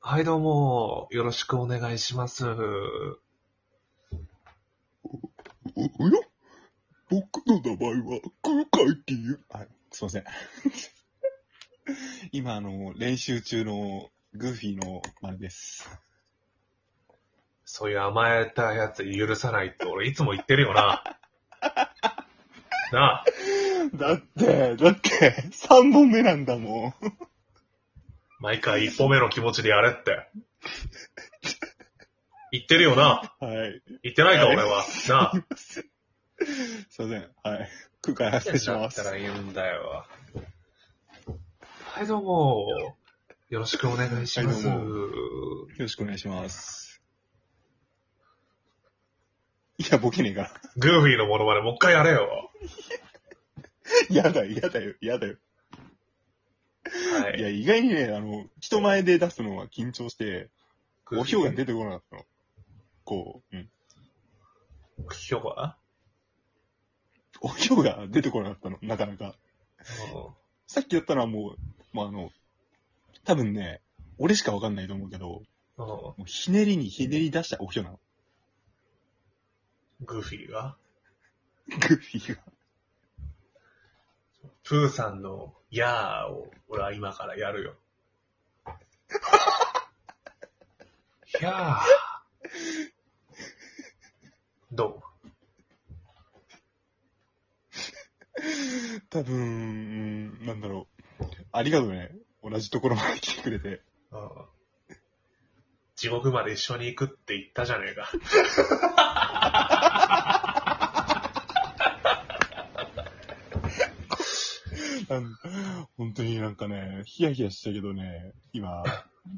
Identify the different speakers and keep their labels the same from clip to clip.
Speaker 1: はい、どうも。よろしくお願いします。
Speaker 2: おや僕の名前は空海っていう。
Speaker 3: あ、すいません。 今、あの、練習中のグーフィーの丸です。
Speaker 1: そういう甘えたやつ許さないって俺いつも言ってるよな。 なあ、
Speaker 3: だって、だって、3本目なんだもん。
Speaker 1: 毎回一歩目の気持ちでやれって。言ってるよな。
Speaker 3: はい。
Speaker 1: 言ってないか
Speaker 3: はい
Speaker 1: 俺は。なあ。
Speaker 3: すいません。はい。空海発生し
Speaker 1: だ
Speaker 3: ま
Speaker 1: った
Speaker 3: す。
Speaker 1: ら言うんだよ。はい、どうも。よろしくお願いします。
Speaker 3: はいどよろしくお願いします。いや、ボケねえから。
Speaker 1: グーフィーのモノマネもう一回やれよ。
Speaker 3: やだよ、やだよ、やだよ。
Speaker 1: はいい。
Speaker 3: や、意外にね、あの、人前で出すのは緊張して、おひょうが
Speaker 1: 出
Speaker 3: 出てこなかったの。こう、うん。
Speaker 1: ひょうが
Speaker 3: おひょうが出てこなかったの、なかなか。
Speaker 1: うん
Speaker 3: さっきやったのはもう、まあ、あの、多分ね、俺しかわかんないと思うけど、も
Speaker 1: うん
Speaker 3: うひねりにひねり出したおひょなの。
Speaker 1: グーフィーが
Speaker 3: グーフィーが。
Speaker 1: プーさんのやーを俺は今からやるよ。やー。ど
Speaker 3: 多分、うんなんだろう。ありがとうね。同じところまで来てくれて。
Speaker 1: う、うん、地獄まで一緒に行くって言ったじゃねえか。
Speaker 3: なん本当になんかね、ヒヤヒヤしたけどね、今、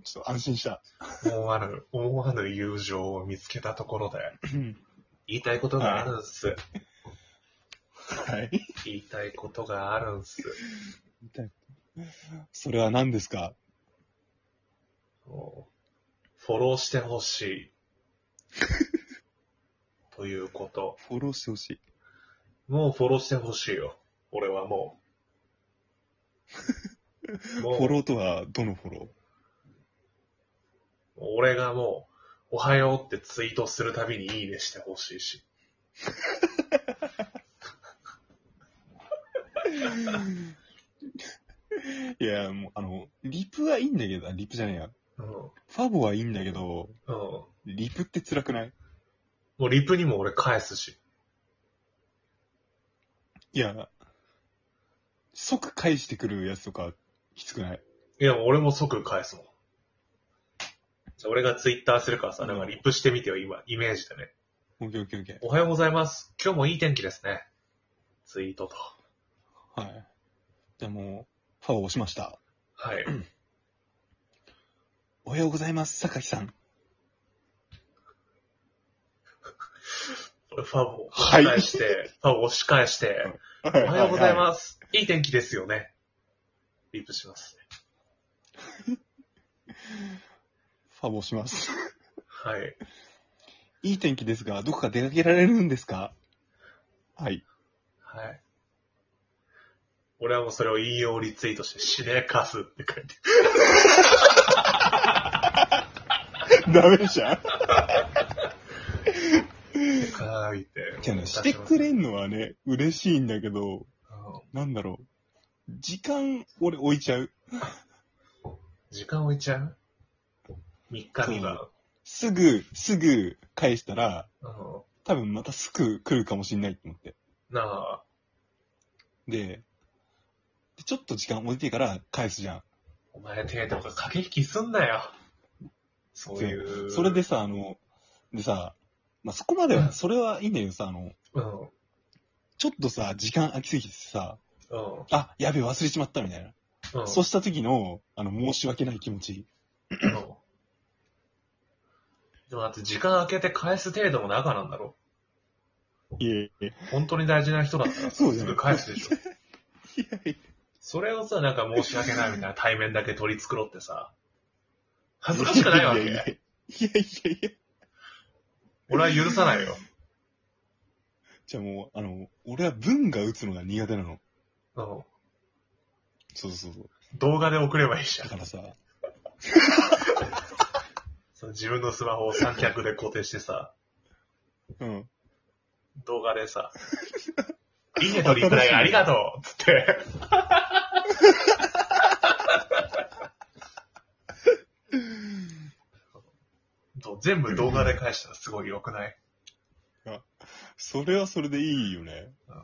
Speaker 3: ちょっと安心した。
Speaker 1: 思わぬ、思わぬ友情を見つけたところで、言いたいことがあるんす。
Speaker 3: はい。
Speaker 1: 言いたいことがあるんす。
Speaker 3: それは何ですか
Speaker 1: もうフォローしてほしい。ということ。
Speaker 3: フォローしてほしい。
Speaker 1: もうフォローしてほしいよ。俺はも う。
Speaker 3: フ
Speaker 1: も
Speaker 3: ォ
Speaker 1: う、
Speaker 3: ローとはどのフォロ
Speaker 1: 俺がもう、おはようってツイートするたびにいいねしてほしいし。
Speaker 3: ーいや、もう、あの、リプはいいんだけど、あリプじゃねえや。
Speaker 1: うん。うん。
Speaker 3: ファボはいいんだけど、
Speaker 1: も
Speaker 3: リプって辛くないう
Speaker 1: リプにも俺返すし。
Speaker 3: いや、即返してくるやつとか、きつくない
Speaker 1: いや、俺も即返すもん。じゃあ俺がツイッターするからさ、なんかリプしてみてよ、今、イメージでね。
Speaker 3: オッケーオッケーオッケ
Speaker 1: おはようございます。今日もいい天気ですね。ツイートと。
Speaker 3: ー。はい。じゃあもう、ファを押しました。
Speaker 1: はい。
Speaker 3: おはようございます、坂木さん。
Speaker 1: 俺ファボを
Speaker 3: はい
Speaker 1: 押し返して、ファボを押し返して、
Speaker 3: お
Speaker 1: おはようござい
Speaker 3: す。
Speaker 1: ます。いい天気ですよね。リプしますね。
Speaker 3: ファを押します。
Speaker 1: はい。
Speaker 3: いい天気ですが、どこか出かけられるんですかはい。
Speaker 1: はい。俺はもうそれを引用リツイートして、死ねかすって書いて。
Speaker 3: ダメじゃん。
Speaker 1: 書いて。
Speaker 3: じゃあね、してくれんのはね、嬉しいんだけど、
Speaker 1: うん
Speaker 3: なんだろう。時間、俺置いちゃう。
Speaker 1: 時間置いちゃう ?3 日には。
Speaker 3: すぐ、すぐ返したら、
Speaker 1: うん
Speaker 3: 多分またすぐ来るかもしんないと思って。
Speaker 1: なあ、
Speaker 3: で、でちょっと時間置いてから返すじゃん。
Speaker 1: お前手とか駆け引きすんなよ。そういう。
Speaker 3: それで、さ、あの、でさ、まあ、そこまで
Speaker 1: うん
Speaker 3: は、それはいいんだけどさ、あの、
Speaker 1: うん、うん。
Speaker 3: ちょっとさ、時間空きすぎてさ、あ、やべえ、忘れちまったみたいな。
Speaker 1: うん。
Speaker 3: そうした時の、あの、申し訳ない気持ち。
Speaker 1: うんでもだって時間空けて返す程度も仲なんだろ。
Speaker 3: いえいえ。い
Speaker 1: 本当に大事な人だったら
Speaker 3: そ
Speaker 1: す
Speaker 3: うだよ
Speaker 1: ぐ返すでしょ。
Speaker 3: やい
Speaker 1: それをさ、なんか申し訳ないみたいな対面だけ取り繕ってさ、恥ずかしくないわ
Speaker 3: いやいや
Speaker 1: け。
Speaker 3: いやいや。
Speaker 1: 俺は許さないよ。
Speaker 3: じゃあもう、あの、俺は文が打つのが苦手なの。
Speaker 1: うん
Speaker 3: そうそうそう。
Speaker 1: 動画で送ればいいじゃ
Speaker 3: だからさ、
Speaker 1: その自分のスマホを三脚で固定してさ、
Speaker 3: うん。
Speaker 1: 動画でさ、いいねとリプライありがとうつっ て、そう全部動画で返したらすごい良くない
Speaker 3: それはそれでいいよね。
Speaker 1: あの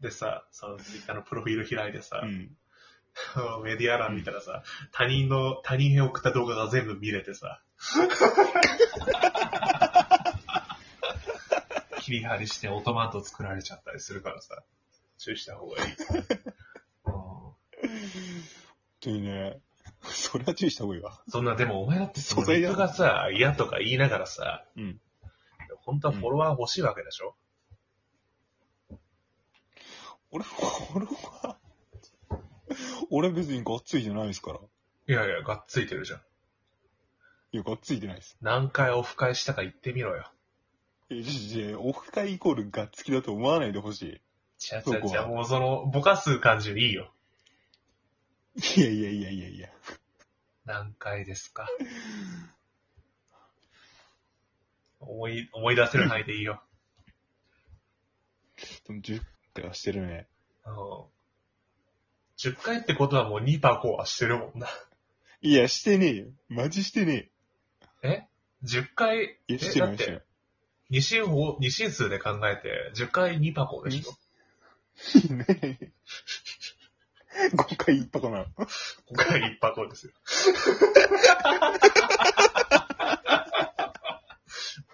Speaker 1: でさ、そのツイッターのプロフィール開いてさ
Speaker 3: う、ん。
Speaker 1: あのメディア欄見たらさ、他人の、他人へ送った動画が全部見れて さ、切り張りしてオトマント作られちゃったりするからさ、注意した方 がいい。う
Speaker 3: 本当にね、それは注意した方がいいわ。
Speaker 1: ん、そんな、でもお前だってそ
Speaker 3: 素材
Speaker 1: の
Speaker 3: だ
Speaker 1: 人がさ、嫌とか言いながらさ、
Speaker 3: うん
Speaker 1: 本当はフォロワー欲しいわけでしょ、
Speaker 3: 俺、俺は、俺別にがっついてないですから。
Speaker 1: いやいや、がっついてるじゃん。
Speaker 3: いや、がっついてないです。
Speaker 1: 何回オフ会したか言ってみろよ。
Speaker 3: え、じじオフ会イコールがっつきだと思わないでほし
Speaker 1: ちゃち
Speaker 3: そ
Speaker 1: ゃ
Speaker 3: こ
Speaker 1: ちゃ、
Speaker 3: は
Speaker 1: もうその、ぼかす感じでいいよ。
Speaker 3: い。いやいやいやいやいや。
Speaker 1: 何回ですか。思い、思い出せる範囲でいいよ。
Speaker 3: でも10回はしてるね。
Speaker 1: あの10回ってことはもう2パコはしてるもんな。
Speaker 3: いや、してねえよ。マジしてね
Speaker 1: え ?10 回、
Speaker 3: え
Speaker 1: え
Speaker 3: よ。いや、して
Speaker 1: だ
Speaker 3: な
Speaker 1: っ
Speaker 3: い、してな
Speaker 1: て
Speaker 3: い、
Speaker 1: 2進法、二進数で考えて、10回2パコでしょ。
Speaker 3: ねえ。5回いっぱか な。
Speaker 1: 5回1パコですよ。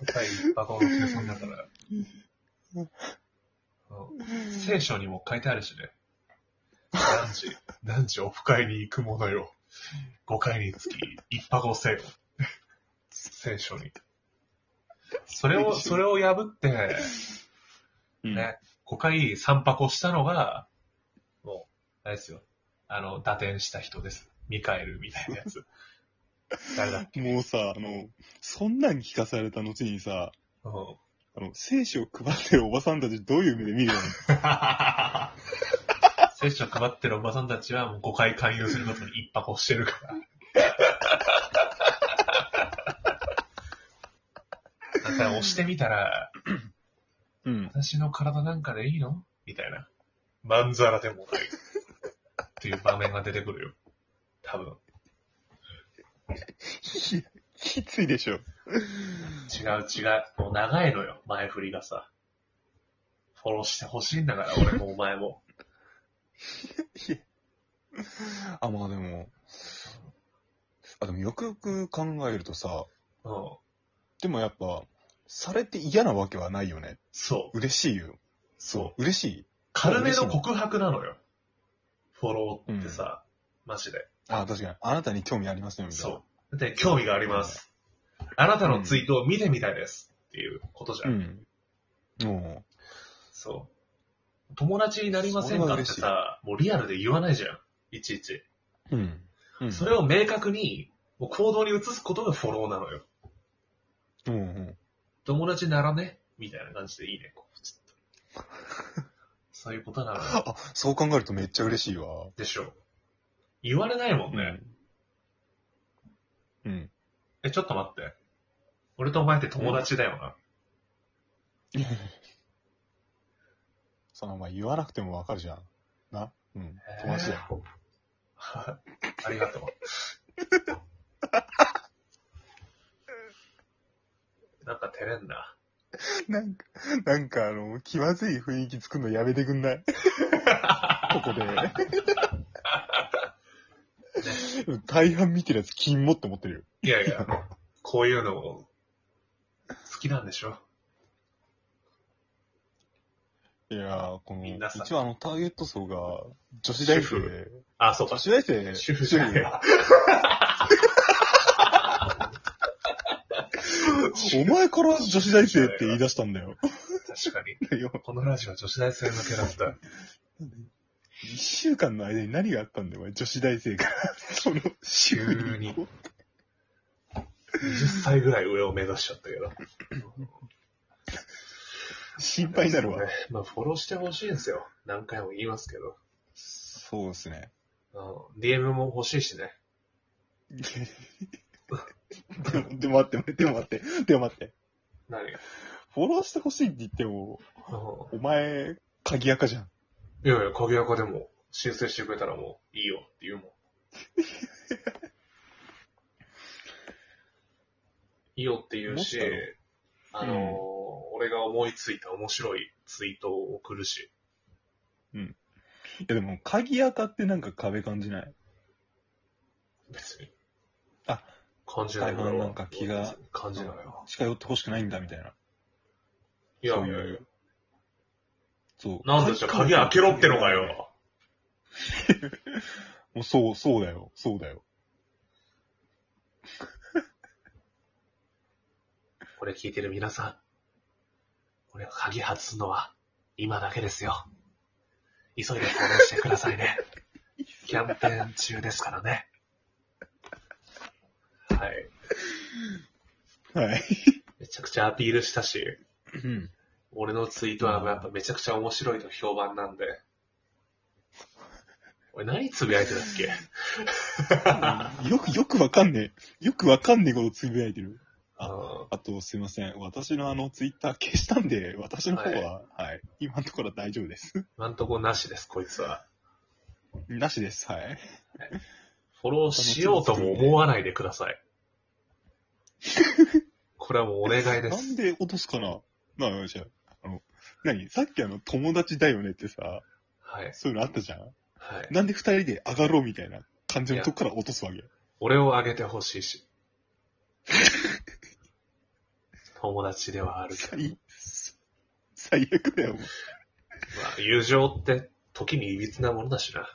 Speaker 1: 5回1パコの計算だから。うん聖書にも書いてあるしね。何時、何時オフ会に行くものよ。5回につき1パコせよ。聖書に。それを、それを破って、
Speaker 3: うん。
Speaker 1: ね、5回3箱したのが、もう、あれですよ。あの、打点した人です。ミカエルみたいなやつ。誰だっけ
Speaker 3: もうさ、あの、そんなん聞かされた後にさ、
Speaker 1: うん
Speaker 3: あの、聖書を配ってるおばさんたちどういう目で見るの
Speaker 1: 聖書配ってるおばさんたちはもう5回勧誘することに1箱してるから。だから押してみたら、
Speaker 3: うん。
Speaker 1: 私の体なんかでいいのみたいな。まんざらでもない。っていう場面が出てくるよ。多分。
Speaker 3: いやきついでしょ。
Speaker 1: 違う違う。もう長いのよ、前振りがさ。フォローしてほしいんだから、俺もお前も。
Speaker 3: あ、まあでも、あ、でもよくよく考えるとさ、
Speaker 1: うん。
Speaker 3: でもやっぱ、されて嫌なわけはないよね。
Speaker 1: そう。
Speaker 3: 嬉しいよ。。
Speaker 1: そう
Speaker 3: 嬉しい。
Speaker 1: 軽めの告白なのよ。フォローってさ、マジで。
Speaker 3: あ、確かに。あなたに興味ありますよ、みたいな。
Speaker 1: そう。だって、興味があります。あなたのツイートを見てみたいです。っていうことじゃん。
Speaker 3: ん。も
Speaker 1: そう。友達になりませんかって
Speaker 3: それ
Speaker 1: さ、もうリアルで言わないじゃん。いちいち。
Speaker 3: う。うん。うん。
Speaker 1: それを明確に、もう行動に移すことがフォローなのよ。
Speaker 3: うんうん。
Speaker 1: 友達ならね、みたいな感じでいいね、こう、ちょっと そういうことなの
Speaker 3: あ、そう考えるとめっちゃ嬉しいわ。
Speaker 1: でしょう。言われないもんね。
Speaker 3: うん。うん。
Speaker 1: え、ちょっと待って。俺とお前って友達だよな。
Speaker 3: そのまあ言わなくてもわかるじゃん。な。うん。友達だよ。
Speaker 1: よ。 ありが とう。なんか照れんな。
Speaker 3: なんか、なんかあの、気まずい雰囲気作るのやめてく んないここで。大半見てるやつ金もって思ってるよ。
Speaker 1: いやいや、こういうのも好きなんでしょ。
Speaker 3: いやー、この、
Speaker 1: みんなさ
Speaker 3: 一応あの、ターゲット層が、女子大
Speaker 1: 主
Speaker 3: 生
Speaker 1: 婦あ、そう
Speaker 3: 女
Speaker 1: か。
Speaker 3: 子大生、
Speaker 1: 主婦じゃねえわ
Speaker 3: 主婦お前から女子大生って言い出したんだよ。
Speaker 1: 確かに。
Speaker 3: だよ
Speaker 1: このラジオは女子大生向けだった。
Speaker 3: 一週間の間に何があったんだよ、お前女子大生から。 その、週
Speaker 1: 急に。20歳ぐらい上を目指しちゃったけど。
Speaker 3: 心配になるわ
Speaker 1: そう。ね。まあ、フォローしてほしいんですよ。何回も言いますけど。
Speaker 3: そうですね。
Speaker 1: うん DM も欲しいしね。
Speaker 3: でも待って、でも待って、でも待って。
Speaker 1: 何
Speaker 3: フォローしてほしいって言っても、お前、鍵垢じゃん。
Speaker 1: いやいや、鍵垢でも申請してくれたらもういいよって言うもん。 いいよって言うし
Speaker 3: 思っ、
Speaker 1: あ
Speaker 3: た
Speaker 1: の
Speaker 3: の
Speaker 1: ー俺が思いついた面白いツイートを送るし、
Speaker 3: いやでも、鍵垢ってなんか壁感じない。
Speaker 1: 別に。
Speaker 3: あ、
Speaker 1: 感じない
Speaker 3: 大半なんか気が。
Speaker 1: 感じないわ。
Speaker 3: 近寄ってほしくないんだ、みたいな。
Speaker 1: いやいや
Speaker 3: そう
Speaker 1: い
Speaker 3: いう
Speaker 1: や。
Speaker 3: そう。
Speaker 1: なんでじゃあ鍵開けろってのか。よ。
Speaker 3: もうそう、そうだよ、そうだよ。
Speaker 1: これ聞いてる皆さん。俺が鍵外すのは今だけですよ。急いで行動してください ね。キャンペーン中ですからね。はい。
Speaker 3: はい。
Speaker 1: めちゃくちゃアピールしたし、
Speaker 3: うん。
Speaker 1: 俺のツイートはやっぱめちゃくちゃ面白いと評判なんで。俺何つぶやいてたっけ
Speaker 3: よく、よくわかんねえ。よくわかんねえことつぶやいてる。
Speaker 1: あ
Speaker 3: あと、すいません。私のあの、ツイッター消したんで、私の方は、はい、今のところは大丈夫です。
Speaker 1: 今んとこなしです、こいつは。
Speaker 3: なしです。はい。
Speaker 1: フォローしようとも思わないでくだ さい。これはもうお願いで
Speaker 3: なん
Speaker 1: す。
Speaker 3: で落とすかなまあ、じゃあ、あの、何さっきあの、友達だよねってさ、
Speaker 1: はい。
Speaker 3: そういうのあったじゃん
Speaker 1: はい。
Speaker 3: なんで二人で上がろうみたいな感じのとこから落とすわけ
Speaker 1: 俺をあげてほしいし。友達ではあるけど。
Speaker 3: 最、最悪だよ、もう
Speaker 1: まあ、友情って時に歪なものだしな。